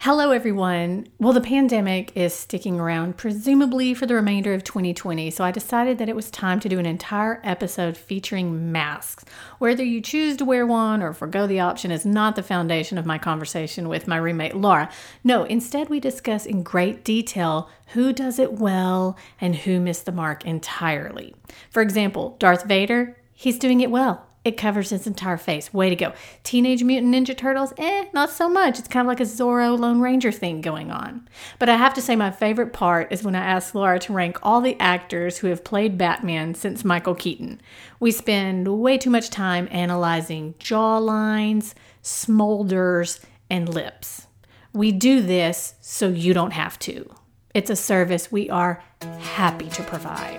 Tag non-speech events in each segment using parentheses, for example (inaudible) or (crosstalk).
Hello, everyone. Well, the pandemic is sticking around, presumably for the remainder of 2020. So I decided that it was time to do an entire episode featuring masks. Whether you choose to wear one or forego the option is not the foundation of my conversation with my roommate, Laura. No, instead, we discuss in great detail who does it well and who missed the mark entirely. For example, Darth Vader, he's doing it well. It covers his entire face. Way to go. Teenage Mutant Ninja Turtles, eh, not so much. It's kind of like a Zorro Lone Ranger thing going on. But I have to say, my favorite part is when I asked Laura to rank all the actors who have played Batman since Michael Keaton. We spend way too much time analyzing jawlines, smolders, and lips. We do this so you don't have to. It's a service we are happy to provide.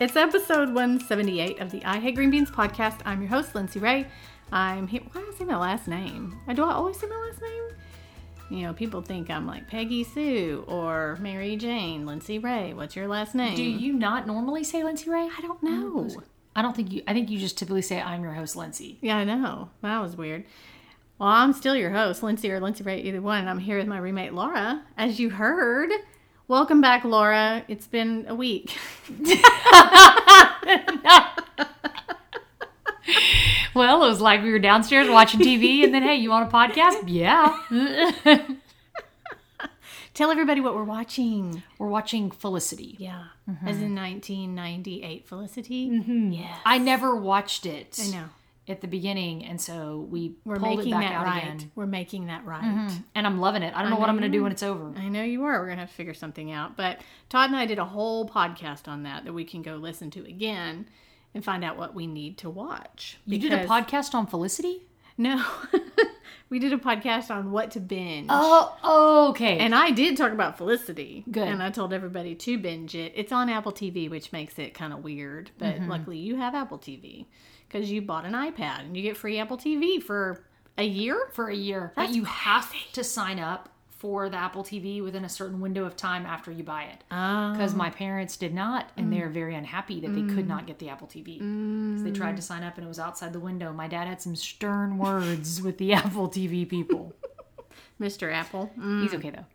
It's episode 178 of the I Hate Green Beans podcast. I'm your host, Lindsay Ray. I'm here. Why do I say my last name? Uh, Do I always say my last name? You know, people think I'm like Peggy Sue or Mary Jane, Lindsay Ray. What's your last name? Do you not normally say Lindsay Ray? I don't Oh, know. I don't think you. I think you just typically say I'm your host, Lindsay. Yeah, I know. That was weird. Well, I'm still your host, Lindsay or Lindsay Ray, either one. I'm here with my roommate, Laura, as you heard. Welcome back, Laura. It's been a week. (laughs) (laughs) Well, it was like we were downstairs watching TV, (laughs) and then hey, you on a podcast? (laughs) Yeah. Tell everybody what we're watching. we're watching Felicity. Yeah. As in 1998 Felicity. Mm-hmm. Yeah. I never watched it. I know. At the beginning, and so we We're pulled making it back that out right. again. Mm-hmm. We're making that right. And I'm loving it. I don't know Uh, what I'm going to do when it's over. I know you are. We're going to have to figure something out. But Todd and I did a whole podcast on that that we can go listen to again and find out what we need to watch. You did a Because- podcast on Felicity? No. (laughs) we did a podcast on what to binge. Oh, okay. And I did talk about Felicity. Good. And I told everybody to binge it. It's on Apple TV, which makes it kind of weird. But Mm-hmm. luckily, you have Apple TV because you bought an iPad and you get free Apple TV for a year. for a year, but you have to sign up for the Apple TV within a certain window of time after you buy it. Oh. because my parents did not, and they are very unhappy that they could not get the Apple TV. 'Cause They tried to sign up, and it was outside the window. My dad had some stern words with the (laughs) Apple TV people. Mr. Apple. He's okay though.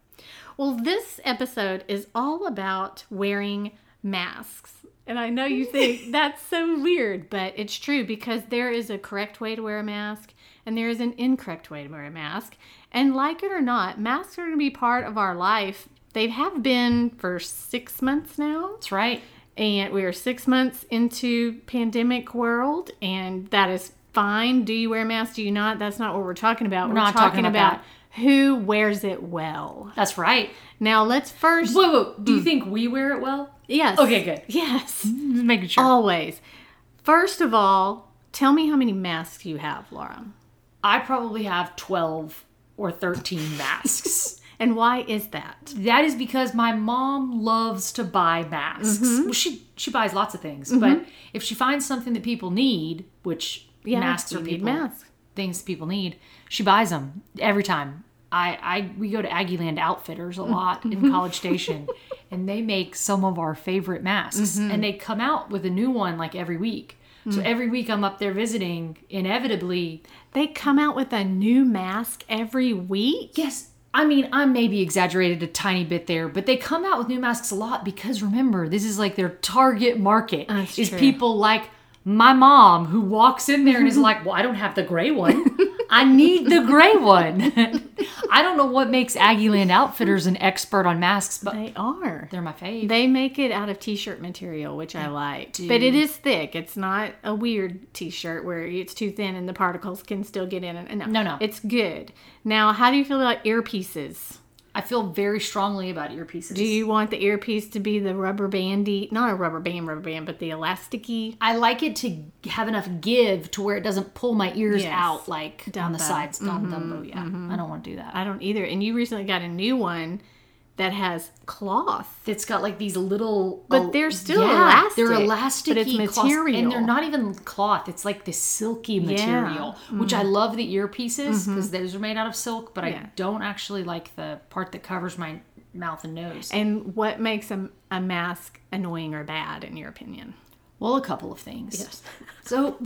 Well, this episode is all about wearing masks. And I know you (laughs) think that's so weird, but it's true because there is a correct way to wear a mask and there is an incorrect way to wear a mask. And like it or not, masks are going to be part of our life. They have been for six months now. That's right. And we are six months into pandemic world, and that is fine. Do you wear masks? Do you not? That's not what we're talking about. We're, not talking talking, about about, who wears it well. That's right. Now let's first. Whoa, whoa. Do you think we wear it well? Uh, Yes. Okay, good. Yes. Just making sure. Always. First of all, tell me how many masks you have, Laura. I probably have twelve or thirteen (laughs) masks. And why is that? That is because my mom loves to buy masks. Well, she she buys lots of things, but if she finds something that people need, which Yeah, masks you are need people masks. things people need, she buys them every time. I, I we go to Aggieland Outfitters a lot in College Station, and they make some of our favorite masks, and they come out with a new one like every week. So every week I'm up there visiting. Inevitably, They come out with a new mask every week? Yes, I mean, I maybe exaggerated a tiny bit there, but they come out with new masks a lot because remember, this is like their target market That's is true. people like my mom who walks in there and is like, "Well, I don't have the gray one. I need the gray one." (laughs) I don't know what makes Aggieland Outfitters an expert on masks, but They are. they're my fave. They make it out of t shirt material, which I like. But it is thick. It's not a weird t shirt where it's too thin and the particles can still get in. And, no, No, no. It's good. Now, how do you feel about earpieces? I feel very strongly about earpieces. Do you want the earpiece to be the rubber bandy? Not a rubber band, rubber band, but the elasticy I like it to have enough give to where it doesn't pull my ears Yes. Mm-hmm. out like on the Dumbo. sides. Dumb Dumbo, yeah. I Oh, don't want to do that. I don't either. And you recently got a new one that has cloth. That's got like these little, But they're still They're elastic, elastic, but it's and material. they're not even cloth. It's like this silky material, which I love the earpieces because those are made out of silk. But Mm-hmm. Yeah. I don't actually like the part that covers my mouth and nose. And what makes a, a mask annoying or bad, in your opinion? Well, a couple of things. Yes. (laughs) So,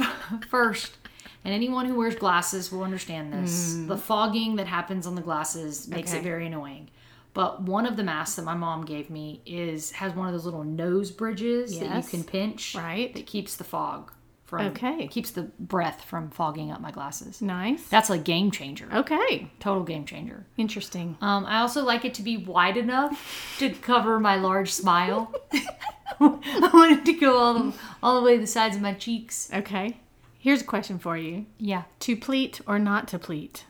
first, and anyone who wears glasses will understand this the fogging that happens on the glasses makes it Mm-hmm. Okay. very annoying. But one of the masks that my mom gave me is has one of those little nose bridges that you Yes. can pinch, Right. That keeps the fog from Okay. keeps the breath from fogging up my glasses. Nice. That's a game changer, Oh. Okay. total game changer. Interesting. Um, I also like it to be wide enough to cover my large (laughs) smile. (laughs) I wanted to go all the, all the way to the sides of my cheeks. Okay. Here's a question for you Yeah. To pleat or not to pleat?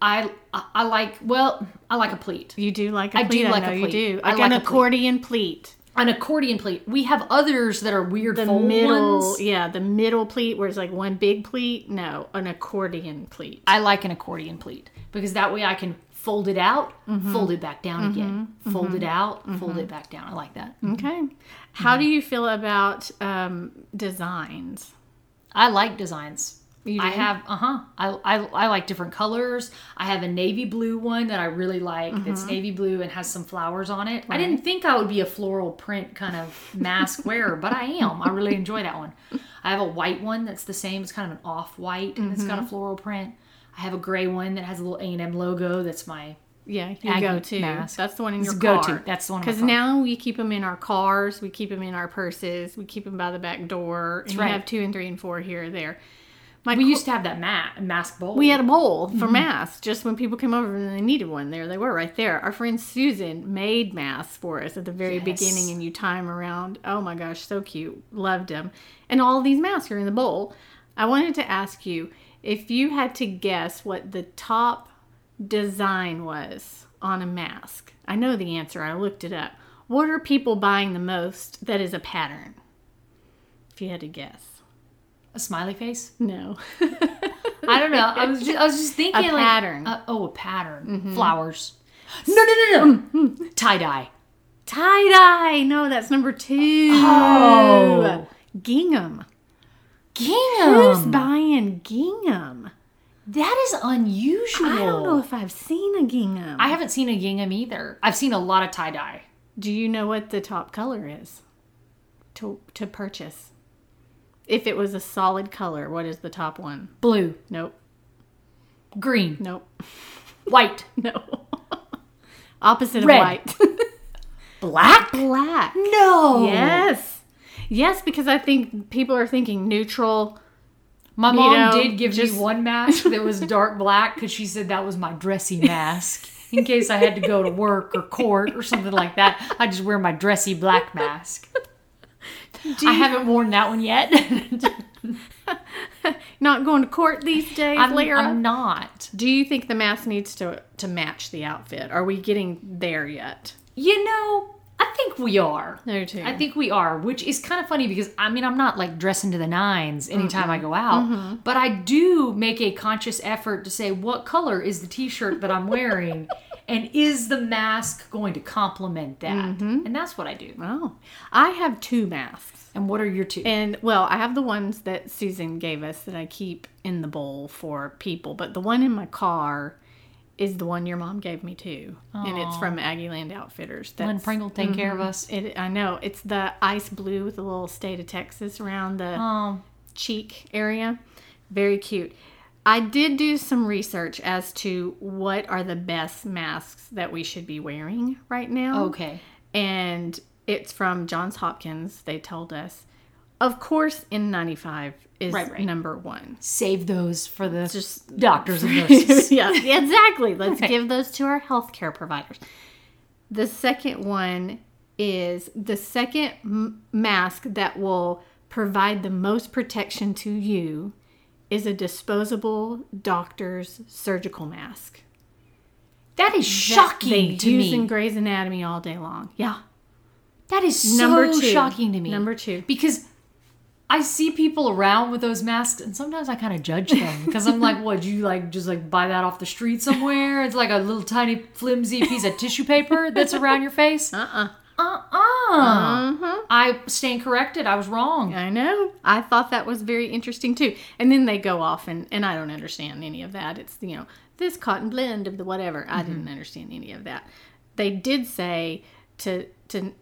I I I like well, I like a pleat. You do like a I do pleat. like a know pleat. You do. I Like like an a pleat. accordion pleat. An accordion pleat. We have others that are weird The fold middle, e- ones. yeah, the middle pleat where it's like one big pleat. No, an accordion pleat. I like an accordion pleat because that way I can fold it out, Mm-hmm. fold it back down again. Fold it out, fold it back down. I like that. Okay. How Mm-hmm. do you feel about um, designs? I like designs. You I do? have uh huh. I, I I like different colors. I have a navy blue one that I really like. That's Mm-hmm. navy blue and has some flowers on it. I didn't think I would be a floral print kind (laughs) of mask wearer, but I am. I really enjoy that one. I have a white one that's the same. It's kind of an off white and it's Mm-hmm. got a floral print. I have a gray one that has a little A and M logo. That's my Yeah, your Aggie go to. mask. That's the one in your go-to. car. That's the one in my Because car. now we keep them in our cars, we keep them in our purses, we keep them by the back door. and right. We have two and three and four here or there. My we co- used to have that ma- mask bowl. we had a bowl Mm-hmm. for masks just when people came over and they needed one. There they were right there. Our friend Susan made masks for us at the very Yes. beginning and you tie them around. Oh my gosh, so cute. Loved them. And all these masks are in the bowl. I wanted to ask you if you had to guess what the top design was on a mask. I know the answer. I looked it up. What are people buying the most that is a pattern? If you had to guess. a smiley face. (laughs) No. I don't know. I was just, I was just thinking like pattern. uh, oh, a pattern. Flowers. No, no, no, no. Tie dye. Tie dye. No, that's number two. Oh. Gingham. Who's Gingham. buying gingham? That is unusual. I don't know if I've seen a gingham. I haven't seen a gingham either. I've seen a lot of tie dye. Do you know what the top color is to to purchase? If it was a solid color, what is the top one? Blue, Nope. green, Nope. (laughs) white, No. Opposite of Red. (laughs) white. black. Black. No. Yes. Yes, because I think people are thinking neutral. My mom know, did give just- me one mask that was dark black because she said that was my dressy mask. In case I had to go to work or court or something like that, I just wear my dressy black mask. I haven't worn that one yet. (laughs) Not going to court these days, I'm, Lyra. I'm not. Do you think the mask needs to to match the outfit? Are we getting there yet? You know, I think we are. No, too. I think we are, which is kind of funny because I mean, I'm not like dressing to the nines anytime I go out, but I do make a conscious effort to say, what color is the t shirt that I'm (laughs) wearing? and is the mask going to complement that? And that's what I do. Oh, I have two masks, And what are your two? and well, I have the ones that Susan gave us that I keep in the bowl for people, but the one in my car is the one your mom gave me too, and it's from Aggieland Outfitters. That's, Lynn Pringle take care of us. It, I know it's the ice blue with a little state of Texas around the Um, cheek area. Very cute. I did do some research as to what are the best masks that we should be wearing right now. Oh, okay. And it's from Johns Hopkins. They told us. Of course, N95 is Right, right. number one. Save those for the Just- doctors (laughs) and (laughs) nurses. yeah, exactly. Let's give those to our healthcare providers. The second one is the second m- mask that will provide the most protection to you is a disposable doctor's surgical mask. that is shocking They to use me. in Grey's Anatomy all day long. Yeah. that is so Number two. shocking to me. Number two. because I see people around with those masks, and sometimes I kind of judge them because I'm like, "What? You like just like buy that off the street somewhere? It's like a little tiny flimsy piece of tissue paper that's around your face." Uh uh-uh. uh. I stand corrected. I was wrong. I know. I thought that was very interesting too. And then they go off, and, and I don't understand any of that. It's, you know, this cotton blend of the whatever. I Mm-hmm. didn't understand any of that. They did say to, to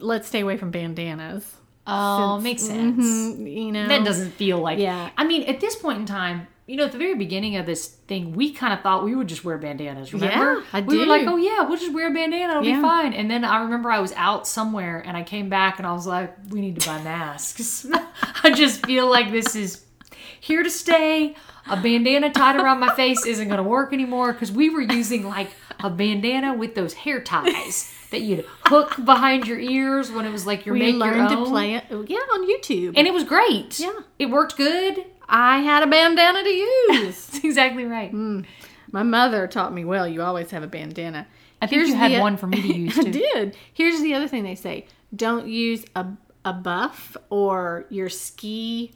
let's stay away from bandanas. Oh, Since- makes sense. Mm, You know, That doesn't feel like. Yeah. I mean, at this point in time, you know, at the very beginning of this thing, we kind of thought we would just wear bandanas. Remember? Yeah, I we were do. like, oh yeah, we'll just wear a bandana. It'll Yeah. be fine. And then I remember I was out somewhere and I came back and I was like, we need to buy masks. (laughs) I just feel like this is here to stay. A bandana tied around my face isn't going to work anymore because we were using like a bandana with those hair ties that you'd hook behind your ears when it was like your we make your learned to own. play it. Oh, Yeah, on YouTube. And it was great. Yeah. It worked good. I had a bandana to use. That's (laughs) exactly right. My mother taught me, well, you always have a bandana. I think e- you had one for (laughs) me to use I too. did. Here's the other thing they say: don't use a a buff or your ski.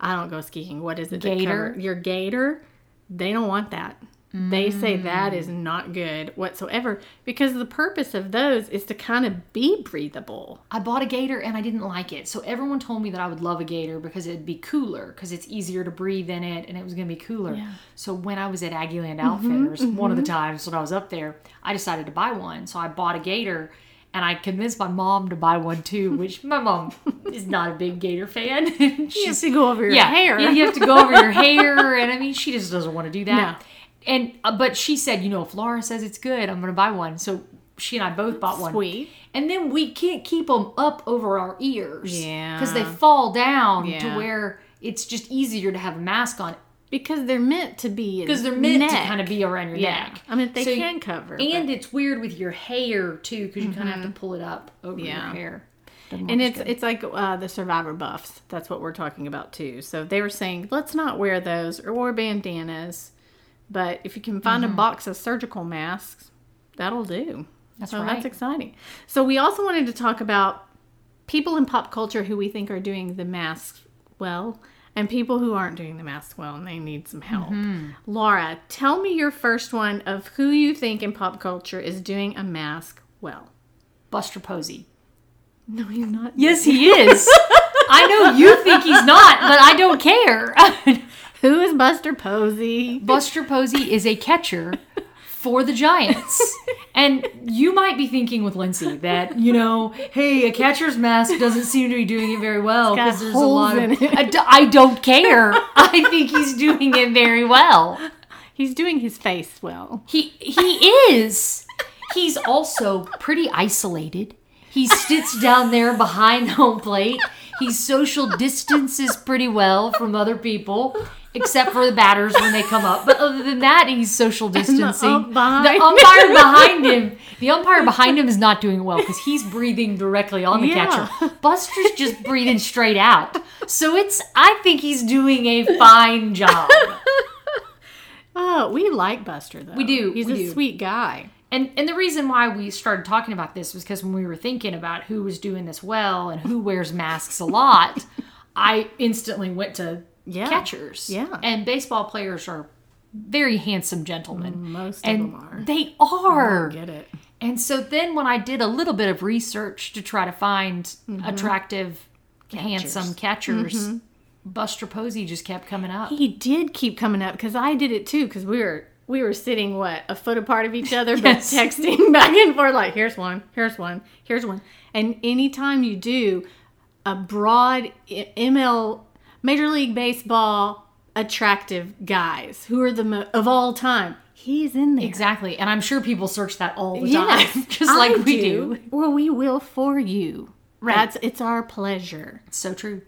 I don't go skiing. What is it? that Gaiter? cover- Your gator. They don't want that. They say that is Mm. not good whatsoever because the purpose of those is to kind of be breathable. I bought a gator and I didn't like it. So everyone told me that I would love a gator because it'd be cooler, because it's easier to breathe in it and it was going to be cooler. So when I was at Aggieland Outfitters, one of the times when I was up there, I decided to buy one. So I bought a gator and I convinced my mom to buy one too, which my (laughs) mom is not a big gator fan. She's Just to go over your hair. Yeah, you have to go over your hair, and I mean, she just doesn't want to do that. No. And uh, but she said, you know, if Laura says it's good, I'm going to buy one. So she and I both bought one. Sweet. And then we can't keep them up over our ears, Yeah. because they fall down to Yeah. where it's just easier to have a mask on because they're meant to be because they're meant to kind of be around your yeah. neck. I mean, they So you- can cover but- Mm-hmm. And it's weird with your hair too, because you kind of have to pull it up over Yeah. your hair. and it's it's like uh, the survivor buffs that's what we're talking about too so they were saying let's not wear those or wear bandanas but if you can find a box of surgical masks that'll do That's so right. that's exciting so we also wanted to talk about people in pop culture who we think are doing the masks well and people who aren't doing the masks well and they need some help laura tell me your first one of who you think in pop culture is doing a mask well Buster Posey. no he's not Yes, he is. I know you think he's not, but I don't care. (laughs) who is buster posey Buster Posey is a catcher for the Giants. (laughs) And you might be thinking with Lindsay that, you know, hey, a catcher's mask doesn't seem to be doing it very well got because there's a holes lot of. in it. I, d- I don't care. I think he's doing it very well. He's doing his face well. He he is. He's also pretty isolated. He sits down there behind home plate. He social distances pretty well from other people, except for the batters when they come up. But other than that, he's social distancing. ump behind. The umpire behind him. The umpire behind him is not doing well because he's breathing directly on the Yeah. catcher. Buster's just breathing straight out. So it's I think he's doing a fine job. Oh, we like Buster though. We do, He's we a do. sweet guy. And and the reason why we started talking about this was because when we were thinking about who was doing this well and who wears masks a lot, (laughs) I instantly went to Yeah. catchers. Yeah. And baseball players are very handsome gentlemen. Mm, Most and of them are. Oh They are. Get it? And so then when I did a little bit of research to try to find Mm-hmm. attractive, handsome catchers, Buster Posey just kept coming up. He did keep coming up because I did it too because we were we were sitting what a foot apart of each other but Yes. texting (laughs) back and forth like here's one here's one here's one and anytime you do a broad I- ML Major League Baseball attractive guys who are the mo- of all time he's in there Exactly. And I'm sure people search that all the Yes, time, (laughs) just like I we do. Well, we will for you. Right. That's it's our pleasure. So true.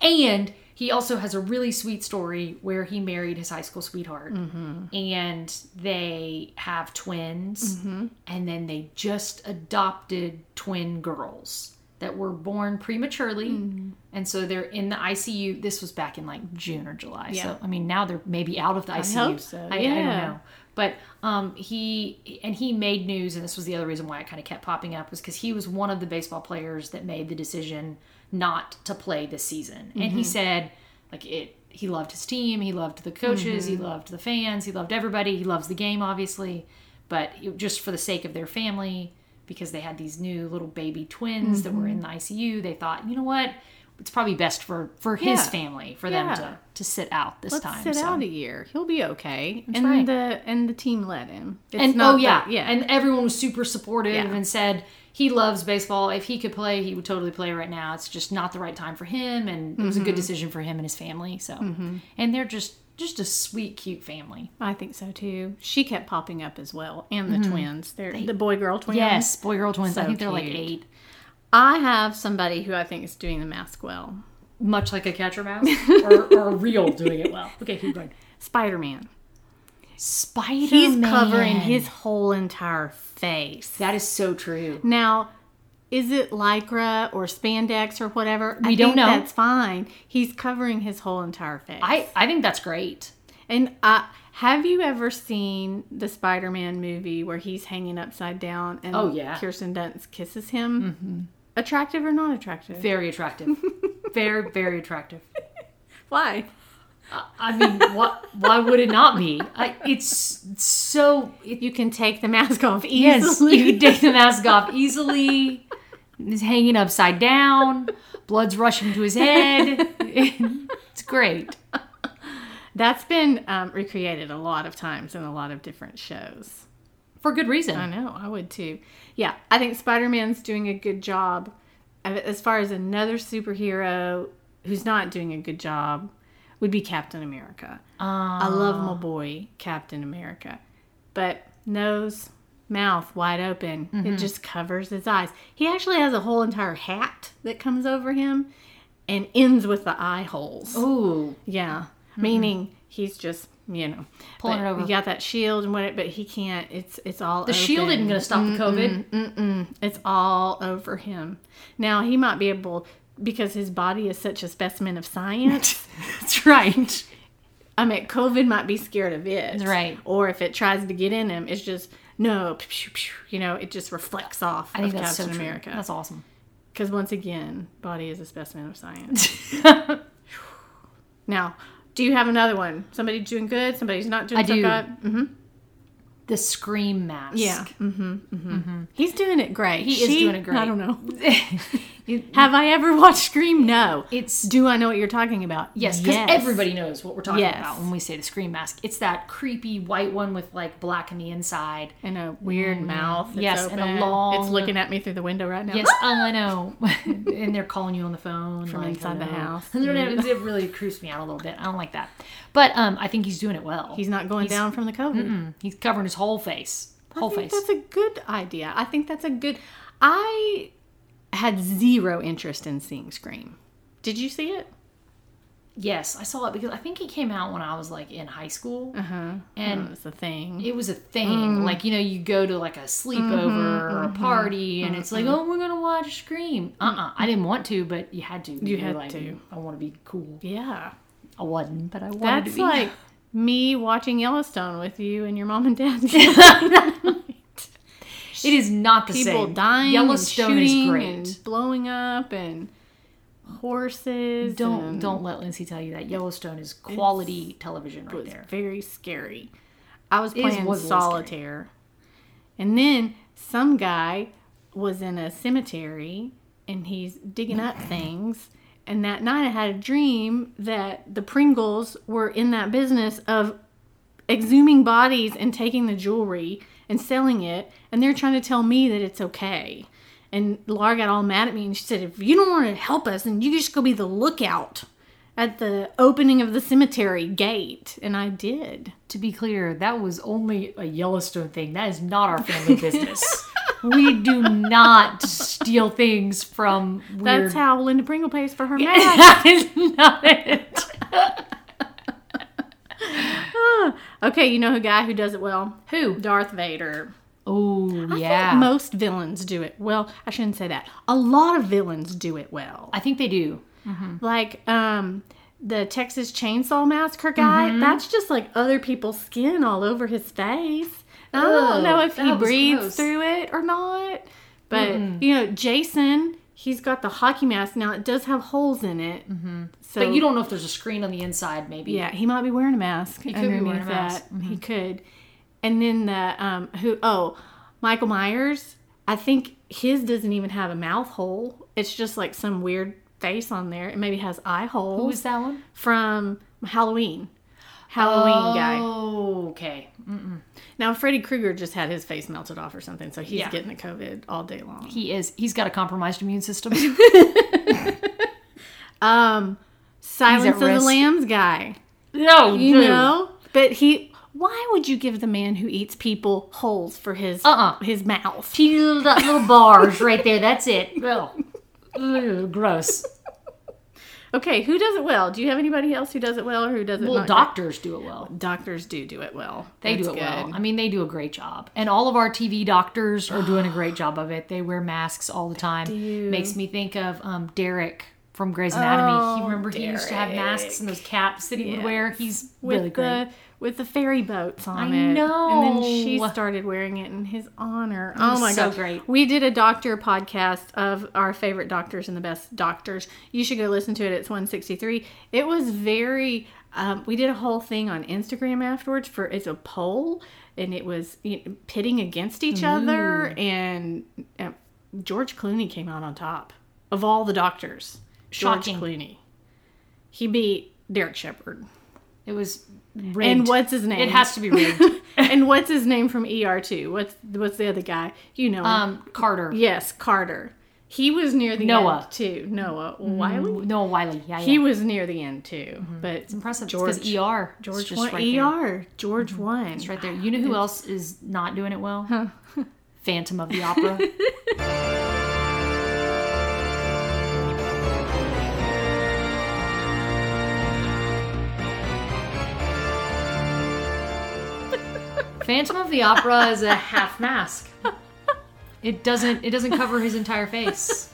And he also has a really sweet story where he married his high school sweetheart Mm-hmm. and they have twins Mm-hmm. and then they just adopted twin girls that were born prematurely Mm-hmm. and so they're in the ICU this was back in like June or July Yeah. so I mean now they're maybe out of the ICU hope so, I, I don't yeah. know But um, he and he made news, and this was the other reason why it kind of kept popping up was because he was one of the baseball players that made the decision not to play this season, and Mm-hmm. he said like it. He loved his team. He loved the coaches. Mm-hmm. He loved the fans. He loved everybody. He loves the game, obviously, but it, just for the sake of their family, because they had these new little baby twins that were in Mm-hmm. the ICU, they thought, you know what, it's probably best for for his Yeah. family for Yeah. them to to sit out this Let's time. sit so. out a year. He'll be okay. and right. the and the team let him. It's and not oh yeah, that- yeah, yeah. and everyone was super supportive Yeah. and said he loves baseball. If he could play, he would totally play right now. It's just not the right time for him, and it was a good Mm-hmm. decision for him and his family. So, and they're just just a sweet, cute family. I think so too. She kept popping up as well, and the twins. They're the boy girl twins. Mm-hmm. Yes, boy girl twins. I So think they're like cute. eight, I have somebody who I think is doing the mask well. much like a catcher (laughs) mouse or, or a real doing it well. Okay, keep going. Spider Oh, Man. Spider He's covering his whole entire face. That is so true. Now, is it lycra or spandex or whatever? We don't think know. That's fine. He's covering his whole entire face. I I think that's great. and I, have you ever seen the Spider-Man movie where he's hanging upside down and Oh, yeah. Mm-hmm. Kirsten Dunst kisses him? Attractive or not attractive? Very attractive. (laughs) very very attractive. Why? I mean, why, why would it not be? I, it's so. It, You can take the mask (laughs) off yes, easily. you can take the mask off easily. He's hanging upside down. Blood's rushing to his head. It's great. That's been um, recreated a lot of times in a lot of different shows. For good I reason. know, I would too. Yeah, I think Spider Man's doing a good job. Of- As far as another superhero who's not doing a good job, would be Captain America. I love my boy, Captain America. But nose, mouth wide open, it just covers his eyes. He actually has a whole entire hat that comes over him and ends with the eye holes. Ooh, Yeah. Meaning he's just, you know, Mm-hmm. Pulling but it over. You got that shield and what, but he can't. It's it's all the shield isn't going to stop the COVID. It's all over him. Now he might be able because his body is such a specimen of (laughs) science. That's right. I mean, COVID might be scared of it, Right. Or if it tries to get in him, it's just no, pew, pew, pew, you know, it just reflects off I think of that's Captain so true. America. That's awesome. Because once again, body is a specimen of science. (laughs) now, do you have another one? Somebody doing good, somebody's not doing I so do. good. The scream mask. Yeah. Mm-hmm, He's doing it great. He is doing it great. I don't know. (laughs) It- Have I ever watched Scream? No. it's Do I know what you're talking about? Yes, because everybody knows what we're talking Yes. about when we say the scream mask. It's that creepy white one with like black on the inside. And a weird mouth. that's Mm. Yes, and a open. long- It's looking at me through the window right now. Yes, oh, I know. (laughs) and they're calling you on the phone From like, inside the hello. house. it really creeps me out a little bit. I don't like that. But um, I think he's doing it well. (laughs) He's not going down from the COVID. Mm, he's covering his whole face. Whole I think face. that's a good idea. I think that's a good. I had zero interest in seeing Scream. Did you see it? Yes, I saw it because I think it came out when I was like in high school, Uh-huh. and It's a thing. it was a thing. Mm. Like you know, you go to like a sleepover Mm-hmm, or a party, and it's like, oh, we're gonna watch Scream. Uh, uh I didn't want to, but you had to. You, were had like, to. I want to be cool. yeah. I wasn't, but I wanted to That's be. like me watching Yellowstone with you and your mom and (laughs) dad. it is not the People same. dying, Yellowstone and shooting is great. and blowing up, and horses. Don't and don't let Lindsay tell you that Yellowstone is quality television right It was there. very scary. I was is- playing was a little solitaire, and then some guy was in a cemetery and he's digging up things. And that night, I had a dream that the Pringles were in that business of exhuming bodies and taking the jewelry and selling it and they're trying to tell me that it's okay and laura got all mad at me and she said if you don't want to help us then you just go be the lookout at the opening of the cemetery gate and i did To be clear, that was only a Yellowstone thing. That is not our family (laughs) business. we do not steal things from that's weird. how linda pringle pays for her mask (laughs) that is not it. (laughs) okay you know a guy who does it well Who? darth vader Oh I yeah. think most villains do it well i shouldn't say that a lot of villains do it well I think they do. like um the Texas Chainsaw Massacre guy, Mm-hmm. that's just like other people's skin all over his face. I Ugh, don't know if he Oh, that was breathes gross. through it or not, but you know, Jason, he's got the hockey mask now. It does have holes in it, mm-hmm. so But you don't know if there's a screen on the inside, maybe. Yeah, he might be wearing a mask. He could be wearing a mask. Mm-hmm. That. He could. And then the um who oh, Michael Myers, I think his doesn't even have a mouth hole. It's just like some weird face on there. It maybe has eye holes Who was that one? from Halloween. Halloween guy. Oh, okay. Now Freddy Krueger just had his face melted off or something, so he's Yeah. getting the COVID all day long. He is. He's got a compromised immune (laughs) system. Um Silence of the risk. Lambs guy. no, You know? But he why would you give the man who eats people holes for his Uh-uh. his mouth? Teeny little, dot- little bars right there. That's it. Oh. (laughs) Ugh, gross. Okay, who does it well? Do you have anybody else who does it well or who does it Well, not? doctors do it well. Doctors do do it well. They do That's it good. well. I mean, they do a great job. And all of our TV doctors are doing a great job of it. They wear masks all the time. Makes me think of um, Derek from Grey's Anatomy. Oh, he remember he used to have masks and those caps that he would wear. He's With really great. the with the ferry boats on I it. And then she know. started wearing it in his honor. Oh my so gosh. great. We did a doctor podcast of our favorite doctors and the best doctors. You should go listen to it. It's 163. It was very um, we did a whole thing on Instagram afterwards for it's a poll and it was you know, pitting against each Mm-hmm. other and uh, George Clooney came out on top of all the doctors. Shocking. George Clooney. He beat Derek Shepard. It was rigged. And what's his name? It has to be rigged. (laughs) (laughs) and what's his name from ER too? What's what's the other guy? You know. him. um, Carter. yes, Carter. He was near the Noah. Mm-hmm. end too. Noah Wiley. Noah Wiley. Yeah, yeah. He was near the end too, but it's impressive. Because George. ER. George Mm-hmm. just won- right there. ER. George won. It's right there. You know who else is not doing it well? (laughs) Phantom of the Opera. Phantom of the Opera is a half mask. It doesn't it doesn't cover his entire face.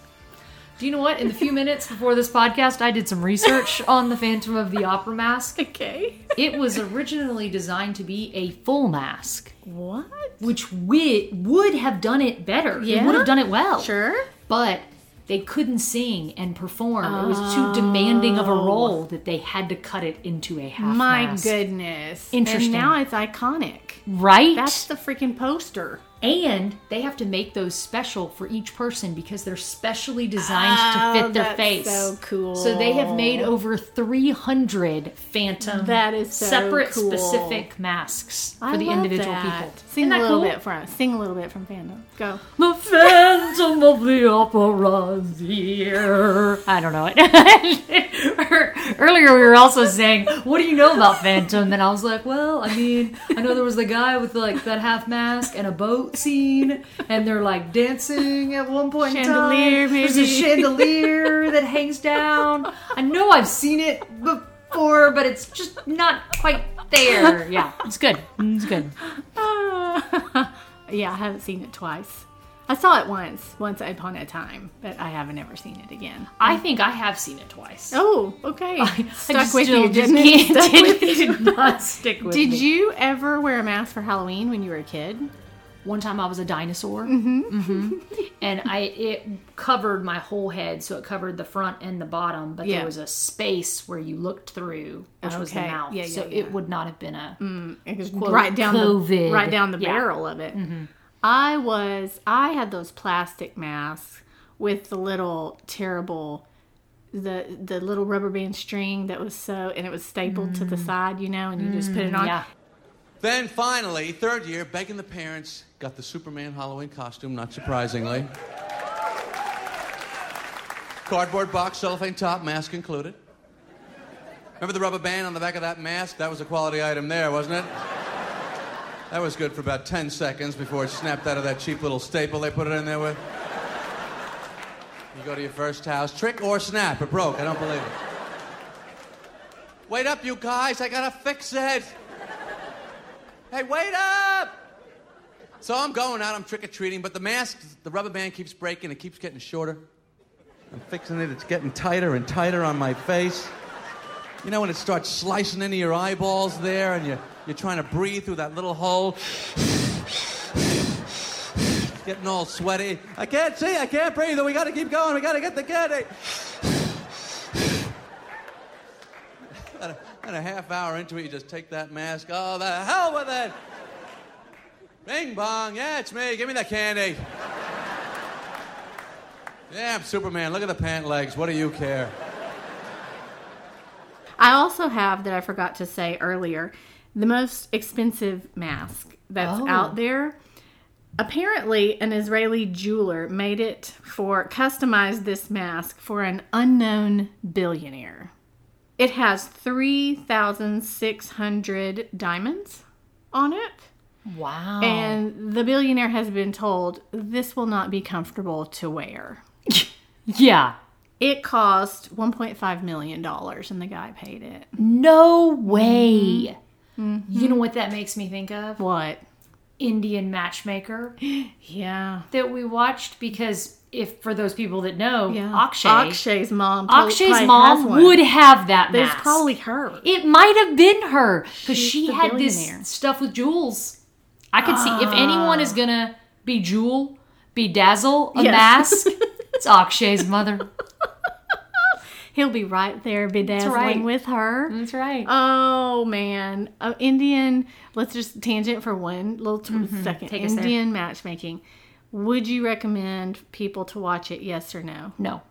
Do you know what? In the few minutes before this podcast, I did some research on the Phantom of the Opera mask. (laughs) Okay. It was originally designed to be a full mask, What? which wi- would have done it better. It Yeah? would have done it well. Sure. But they couldn't sing and perform. It was Oh. too demanding of a role that they had to cut it into a half My mask. goodness. Interesting. And now it's iconic. Right? That's the freaking poster. and they have to make those special for each person because they're specially designed to Oh, fit their that's face. so cool. So they have made over 300 phantom That is so separate cool. specific masks for I the love individual that. people. Sing Isn't that a little cool? bit from sing a little bit from fandom. Go. The Phantom of the Opera's here. I don't know it. (laughs) Earlier, we were also saying, "What do you know about Phantom?" And I was like, "Well, I mean, I know there was the guy with like that half mask and a boat scene, and they're like dancing at one point. Chandelier, in time. There's a maybe. chandelier that hangs down. I know I've seen it before, but it's just not quite there. Yeah, it's good. It's good. (laughs) yeah, I haven't seen it twice. I saw it once, once upon a time, but I haven't ever seen it again. I think I have seen it twice." Oh, (laughs) okay. I Stuck just with still you, just didn't it? (laughs) Stuck can't- did, with you. did not stick with Did me. you ever wear a mask for Halloween when you were a kid? One time I was a dinosaur, Mm-hmm. Mhm. and I it covered my whole head, so it covered the front and the bottom, but Yeah. there was a space where you looked through, which was the Okay. mouth. Yeah, yeah, so yeah. Mm-hmm. it would not have been a. It was right down the COVID. right down the Yeah. barrel of it. Mm-hmm. I was I had those plastic masks with the little terrible the the little rubber band string that was so and it was stapled to the side, you know, and you just put it on. Yeah, Then finally, third year, begging the parents, got the Superman Halloween costume, not surprisingly. Cardboard box, cellophane top, mask included. Remember the rubber band on the back of that mask? That was a quality item there, wasn't it? That was good for about 10 seconds before it snapped out of that cheap little staple they put it in there with. You go to your first house, trick or snap, it broke. I don't believe it. Wait up, you guys, I gotta fix it. Hey, wait up! So I'm going out, I'm trick or treating, but the mask, the rubber band keeps breaking, it keeps getting shorter. I'm fixing it, it's getting tighter and tighter on my face. You know when it starts slicing into your eyeballs there and you're, you're trying to breathe through that little hole? Getting all sweaty. I can't see, I can't breathe. We gotta keep going, we gotta get the candy. And a half hour into it, you just take that mask. Oh, the hell with it! Bing bong, yeah, it's me. Give me the candy. Yeah, I'm Superman. Look at the pant legs. What do you care? I also have that I forgot to say earlier the most expensive mask that's Oh. out there. Apparently, an Israeli jeweler made it for customized this mask for an unknown billionaire. It has 3,600 diamonds on it. Wow. And the billionaire has been told this will not be comfortable to wear. yeah. It cost $1.5 million and the guy paid it. No way. Mm-hmm. You know what that makes me think of? What? Indian (gasps) Matchmaker Yeah. that we watched because if for those people that know, Yeah. Akshay, Akshay's mom. pro- Akshay's probably has mom one. would have that It's mask. probably her. It might have been her because she the had this billionaire. Ah. stuff with jewels. I could see if anyone is gonna be jewel, be dazzle, a Yes. (laughs) mask. It's Akshay's mother. He'll be right there bedazzling right. with her. That's right. Oh man, uh, Indian. Let's just tangent for one little t- second. Take us there. Indian matchmaking. Would you recommend people to watch it? Yes or no? no,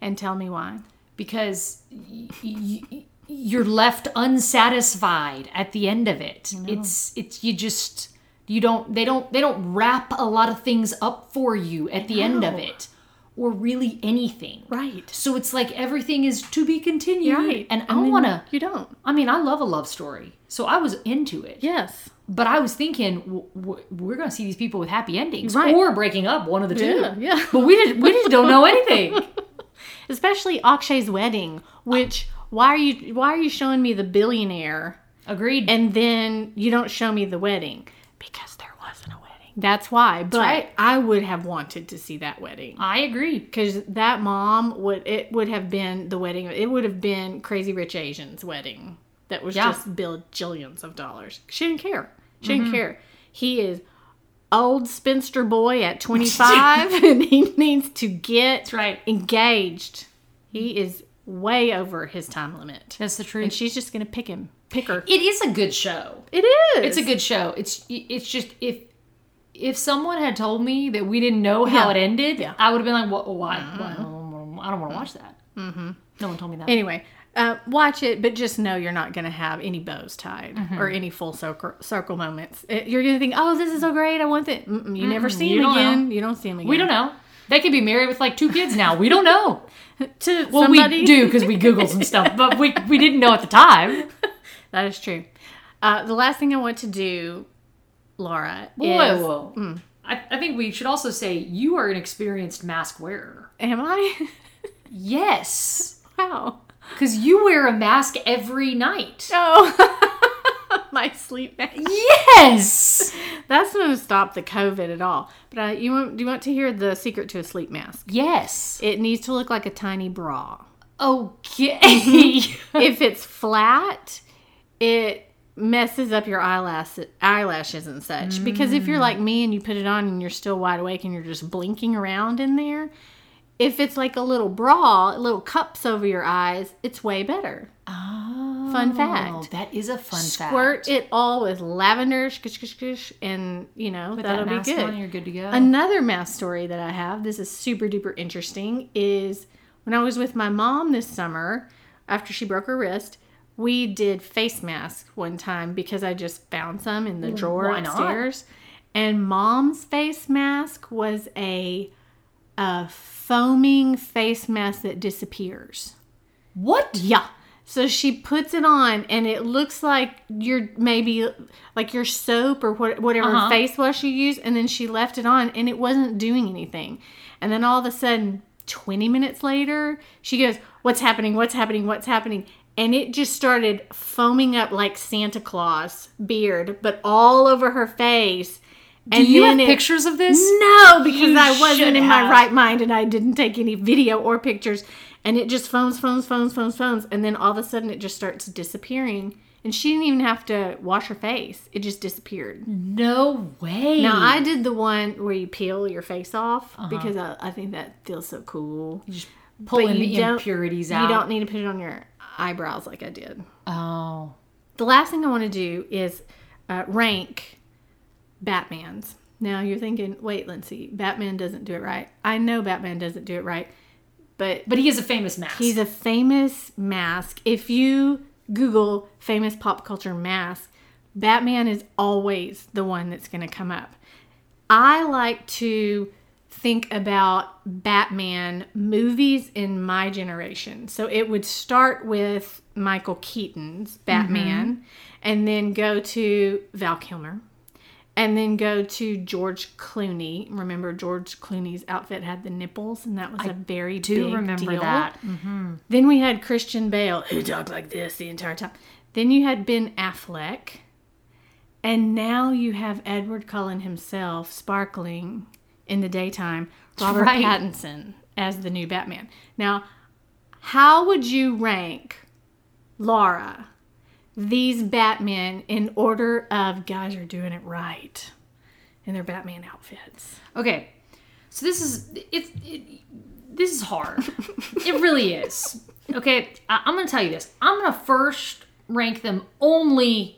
And tell me why. because y- y- y- you're left unsatisfied at the end of it. It's it's you just you don't they don't they don't wrap a lot of things up for you at the end of it or really anything. Right. So it's like everything is to be continued Right. and I then want to You don't. I mean, I love a love story. So I was into it. Yes. But I was thinking w- w- we're going to see these people with happy endings Right. or breaking up, one of the two. Yeah, yeah. But we did we just don't know anything. (laughs) Especially Akshay's wedding. Which why are you why are you showing me the billionaire Agreed. and then you don't show me the wedding because there wasn't a wedding. That's why. But right. I would have wanted to see that wedding. I agree. because that mom would it would have been the wedding it would have been crazy rich asian's wedding that was Yeah. just billions of dollars she didn't care she didn't care he is old spinster boy (laughs) at 25 and he needs to get That's right. engaged he is way over his time limit That's the and truth. she's just gonna pick him pick her it is a good show. it is It's a good show. It's it's just if if someone had told me that we didn't know how Yeah. it ended, Yeah. Uh-huh. I would have been like, "Wha- why? why? I don't want to watch that. Mm-hmm. No one told me that. anyway uh, watch it but just know you're not going to have any bows tied Mm-hmm. or any full circle, circle moments It- you're going to think oh this is so great i want it Mm-mm, you never see you him don't again you don't see him again we don't know. They could be married with like two kids now. We don't know. to Well, somebody we do because we Google some stuff, but we we didn't know at the time. (laughs) that is true uh, the last thing i want to do laura Whoa, is whoa. I, I think we should also say you are an experienced mask wearer. am i (laughs) Yes, wow because you wear a mask every night. oh (laughs) my sleep mask. Yes. that's going to stop the covid at all but uh, you want do you want to hear the secret to a sleep mask Yes. it needs to look like a tiny bra Okay. (laughs) if it's flat, it messes up your eyelashes, eyelashes and such. Because if you're like Mm. me and you put it on and you're still wide awake and you're just blinking around in there, if it's like a little bra, little cups over your eyes, it's way better. Fun Oh, fact. that is a fun Squirt fact. it all with lavender, shkish, shkish, shkish, and you know Put that'll that mask be good. on, you're good to go. Another math story that I have, this is super duper interesting, is when I was with my mom this summer after she broke her wrist, we did face masks one time because I just found some in the drawer why not? upstairs. And mom's face mask was a a foaming face mask that disappears. what? Yeah. So she puts it on, and it looks like your maybe like your soap or what, whatever Uh-huh. face wash you use. And then she left it on, and it wasn't doing anything. And then all of a sudden, twenty minutes later, she goes, "What's happening? What's happening? What's happening?" And it just started foaming up like Santa Claus beard, but all over her face. Do and you then have it- pictures of this? no, because You I wasn't should in have. my right mind and I didn't take any video or pictures. And it just phones, phones, phones, phones, phones. And then all of a sudden it just starts disappearing. And she didn't even have to wash her face, it just disappeared. No way. Now, I did the one where you peel your face off because I, I think that feels so cool. just pulling Uh-huh. you the don't- impurities You out. don't need to put it on your eyebrows like I did. Oh, The last thing I want to do is uh, rank Batman's. Now you're thinking, wait, Lindsay, Batman doesn't do it right. I know Batman doesn't do it right, but but he is a famous mask. he's a famous mask. If you Google famous pop culture mask, Batman is always the one that's going to come up. I like to think about Batman movies in my generation. So it would start with Michael Keaton's Mm-hmm. Batman and then go to Val Kilmer and then go to George Clooney. Remember George Clooney's outfit had the nipples and that was a very do big remember deal. that. Mm-hmm. Then we had Christian Bale, who talked like this the entire time. Then you had Ben Affleck. And now you have Edward Cullen himself sparkling in the daytime, Robert right. Pattinson as the new Batman. Now, how would you rank Laura, these Batmen, in order of guys are doing it right in their Batman outfits? Okay, so this is it's it, this (laughs) is hard. it really is. Okay, I, I'm gonna tell you this. I'm gonna first rank them only.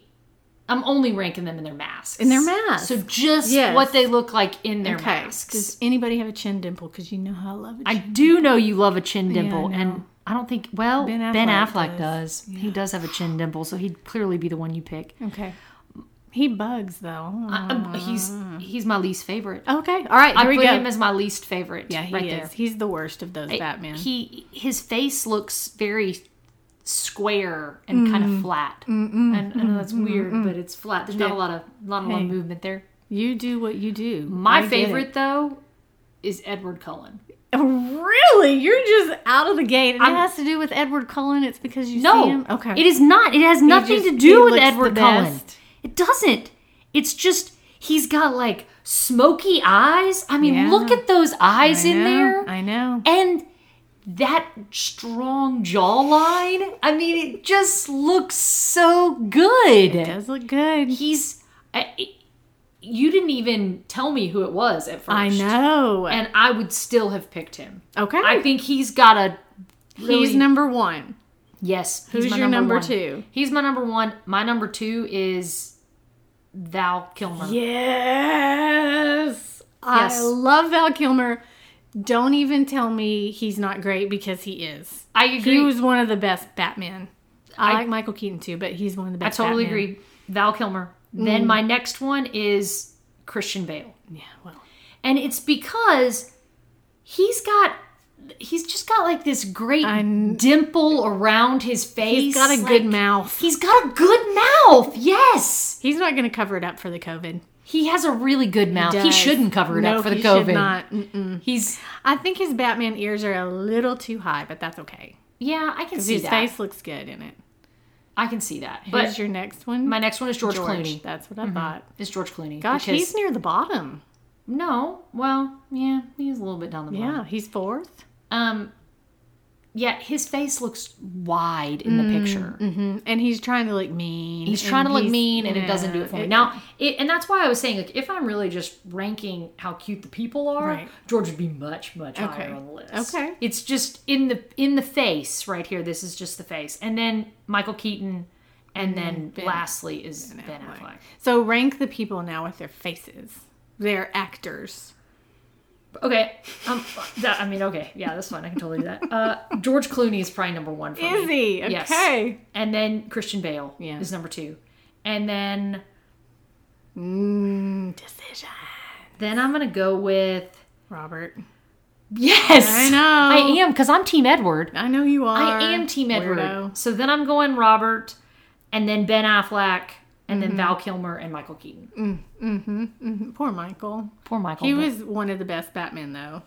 I'm only ranking them in their masks. In their masks. So just Yes. what they look like in their Okay. masks. Does anybody have a chin dimple? Because you know how I love it. I do know you love a chin dimple, I and know. I don't think well Ben Ben Affleck, Affleck does. He does have a chin dimple, so he'd clearly be the one you pick. Okay. He bugs though. I- um, he's he's my least favorite. okay. All right. Oh, There I we put go. him as my least favorite. yeah, he right is. there. He's the worst of those It- Batman. He his face looks very square and Mm-hmm. kind of flat. And I know that's weird, but it's flat. There's not a lot of not a lot of movement there. you do what you do. I My get favorite though is Edward Cullen. it. Oh, Really? You're just out of the gate. And I'm- it has to do with Edward Cullen. It's because you see No, him. Okay. it is not. It has nothing just- to he do with looks the Edward Cullen. best. It doesn't. It's just he's got like smoky eyes. I mean, Yeah. look at those eyes I in know, there. I know. and that strong jawline i mean it just looks so It good does look good. he's I, it- you didn't even tell me who it was at first I know. and i would still have picked him okay. i think he's got a He's really- number one. yes he's Who's my your number one. two? he's my number one my number two is val kilmer Yes. I Yes. love Val Kilmer. Don't even tell me he's not great because he is. i agree He was one of the best Batman. I, I- like Michael Keaton too, but he's one of the i best. totally Batman. agree val kilmer Mm. then my next one is christian bale Yeah, well, and it's because he's got he's just got like this great I'm- dimple around his face he's got a like- good mouth. he's got a good mouth yes He's not going to cover it up for the COVID. he has a really good mouth he, does. shouldn't cover it no, up for the he covid Should not. Mm-mm. he's I think his Batman ears are a little too high, but that's okay. yeah i can see His that face looks good in it. i can see that But but Who's your next one? my next one is george, clooney That's what I thought. it's george clooney Gosh, because- he's near the bottom. no well yeah he's a little bit down the bottom Yeah, he's fourth. um yeah his face looks wide in the picture Mm-hmm. And he's trying to look mean. he's and trying to look he's- mean and it doesn't do it for yeah, me now it, and that's why i was saying like if i'm really just ranking how cute the people are Right. george would be much much Okay. higher on the list Okay. it's just in the in the face right here this is just the face and then michael keaton and Mm-hmm. then lastly is ben affleck, So rank the people now with their faces, their actors. okay um, (laughs) that, i mean okay yeah that's fine i can totally do that uh, george clooney is probably number one for me Izzy, Yes. okay. and then christian bale Yeah. is number two and then Mm, decision. then i'm gonna go with Robert. Yes, I know. I am because I'm Team Edward. I know you are. I am Team Edward. weirdo. So then I'm going Robert, and then Ben Affleck, and Mm-hmm. then Val Kilmer and Michael Keaton. Poor Michael. Poor Michael. He but- was Mm-hmm. one of the best Batman, though.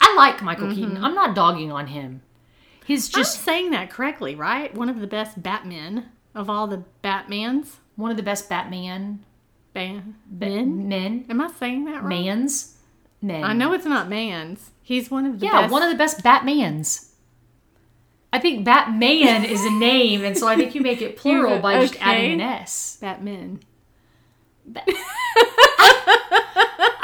I like Michael Keaton. I'm not dogging on him. He's Just just saying that correctly, right? One of the best Batmen of all the Batmans. one of the best Batman Ban- ba- men? men Am I saying that right? mans men. I know it's not man's. He's one of the Yeah, best. one of the best Batmans. I think Batman is a name, and so I think you (laughs) make it plural by just Okay. adding an S. Batman. (laughs)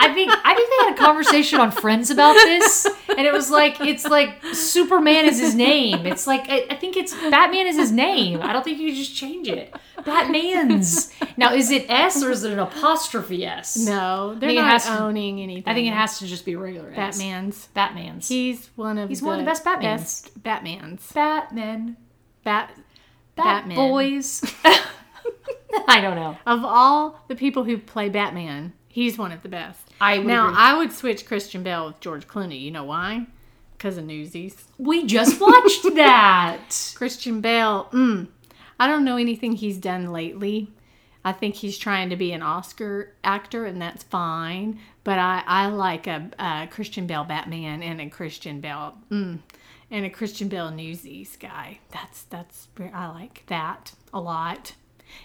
I think I think they had a conversation on Friends about this, and it was like it's like Superman is his name. It's like I, I think it's Batman is his name. I don't think you could just change it. Batman's now is it S or is it an apostrophe S? No, they're think it not has to- owning anything. I think it has to just be regular S. Batman's. Batman's. He's one of He's the one of the best Batmans. Best Batman's. Batman. Bat Bat Batman. boys. (laughs) I don't know. of all the people who play Batman, he's one of the best. I would now agree. I would switch Christian Bale with George Clooney. You know why? Because of Newsies. We just watched that. Christian Bale. Mm, I don't know anything he's done lately. I think he's trying to be an Oscar actor, and that's fine. But I, I like a, a Christian Bale Batman and a Christian Bale mm, and a Christian Bale Newsies guy. That's that's where I like that a lot.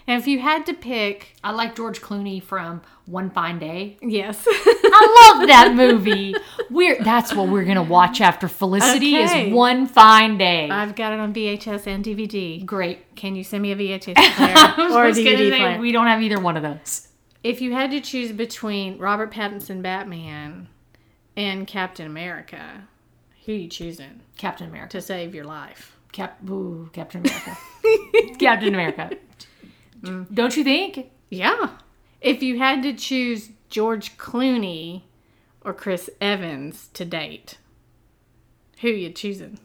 And if you had to pick, I like George Clooney from One Fine Day. yes, (laughs) I love that movie. We're that's what we're gonna watch after Felicity Okay. is One Fine Day. I've got it on VHS and DVD. (laughs) Great. Can you send me a VHS (laughs) player or a Just gonna DVD say, player? we don't have either one of those. if you had to choose between Robert Pattinson Batman and Captain America, who you choosing Captain America. to save your life? Cap ooh, Captain (laughs) America. Captain America. Don't you think? Yeah. If you had to choose George Clooney or Chris Evans to date, who you choosing?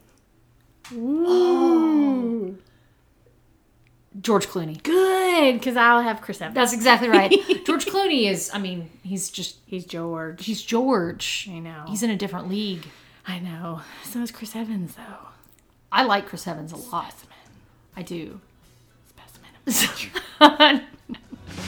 George Clooney. Good, because I'll have Chris Evans. That's exactly right. (laughs) George Clooney is I mean, he's just He's George. he's George. I know. He's in a different league. I know. So is Chris Evans though. I like Chris Evans a lot. I do. Specimen.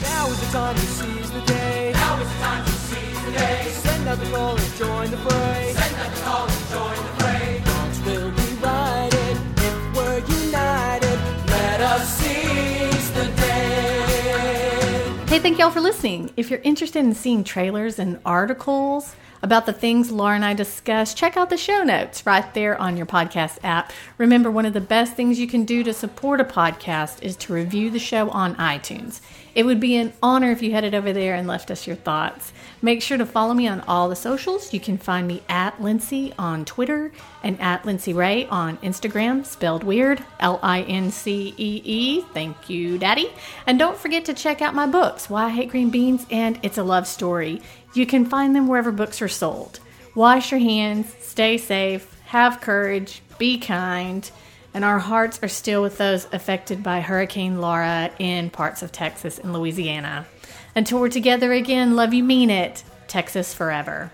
Now is the time to seize the day. Now is the time to seize the day. Send out the call and join the fray. Send out the call and join the fray. Odds will be righted if we're united. Let us seize the day. Hey, thank y'all for listening. If you're interested in seeing trailers and articles about the things Laura and I discuss, check out the show notes right there on your podcast app. Remember, one of the best things you can do to support a podcast is to review the show on iTunes. It would be an honor if you headed over there and left us your thoughts. Make sure to follow me on all the socials. You can find me at Lindsay on Twitter and at Lindsay Ray on Instagram, spelled weird, L I N C E E. Thank you, Daddy. And don't forget to check out my books, Why I Hate Green Beans and It's a Love Story. You can find them wherever books are sold. Wash your hands, stay safe, have courage, be kind. And our hearts are still with those affected by Hurricane Laura in parts of Texas and Louisiana. Until we're together again, love you, mean it. Texas forever.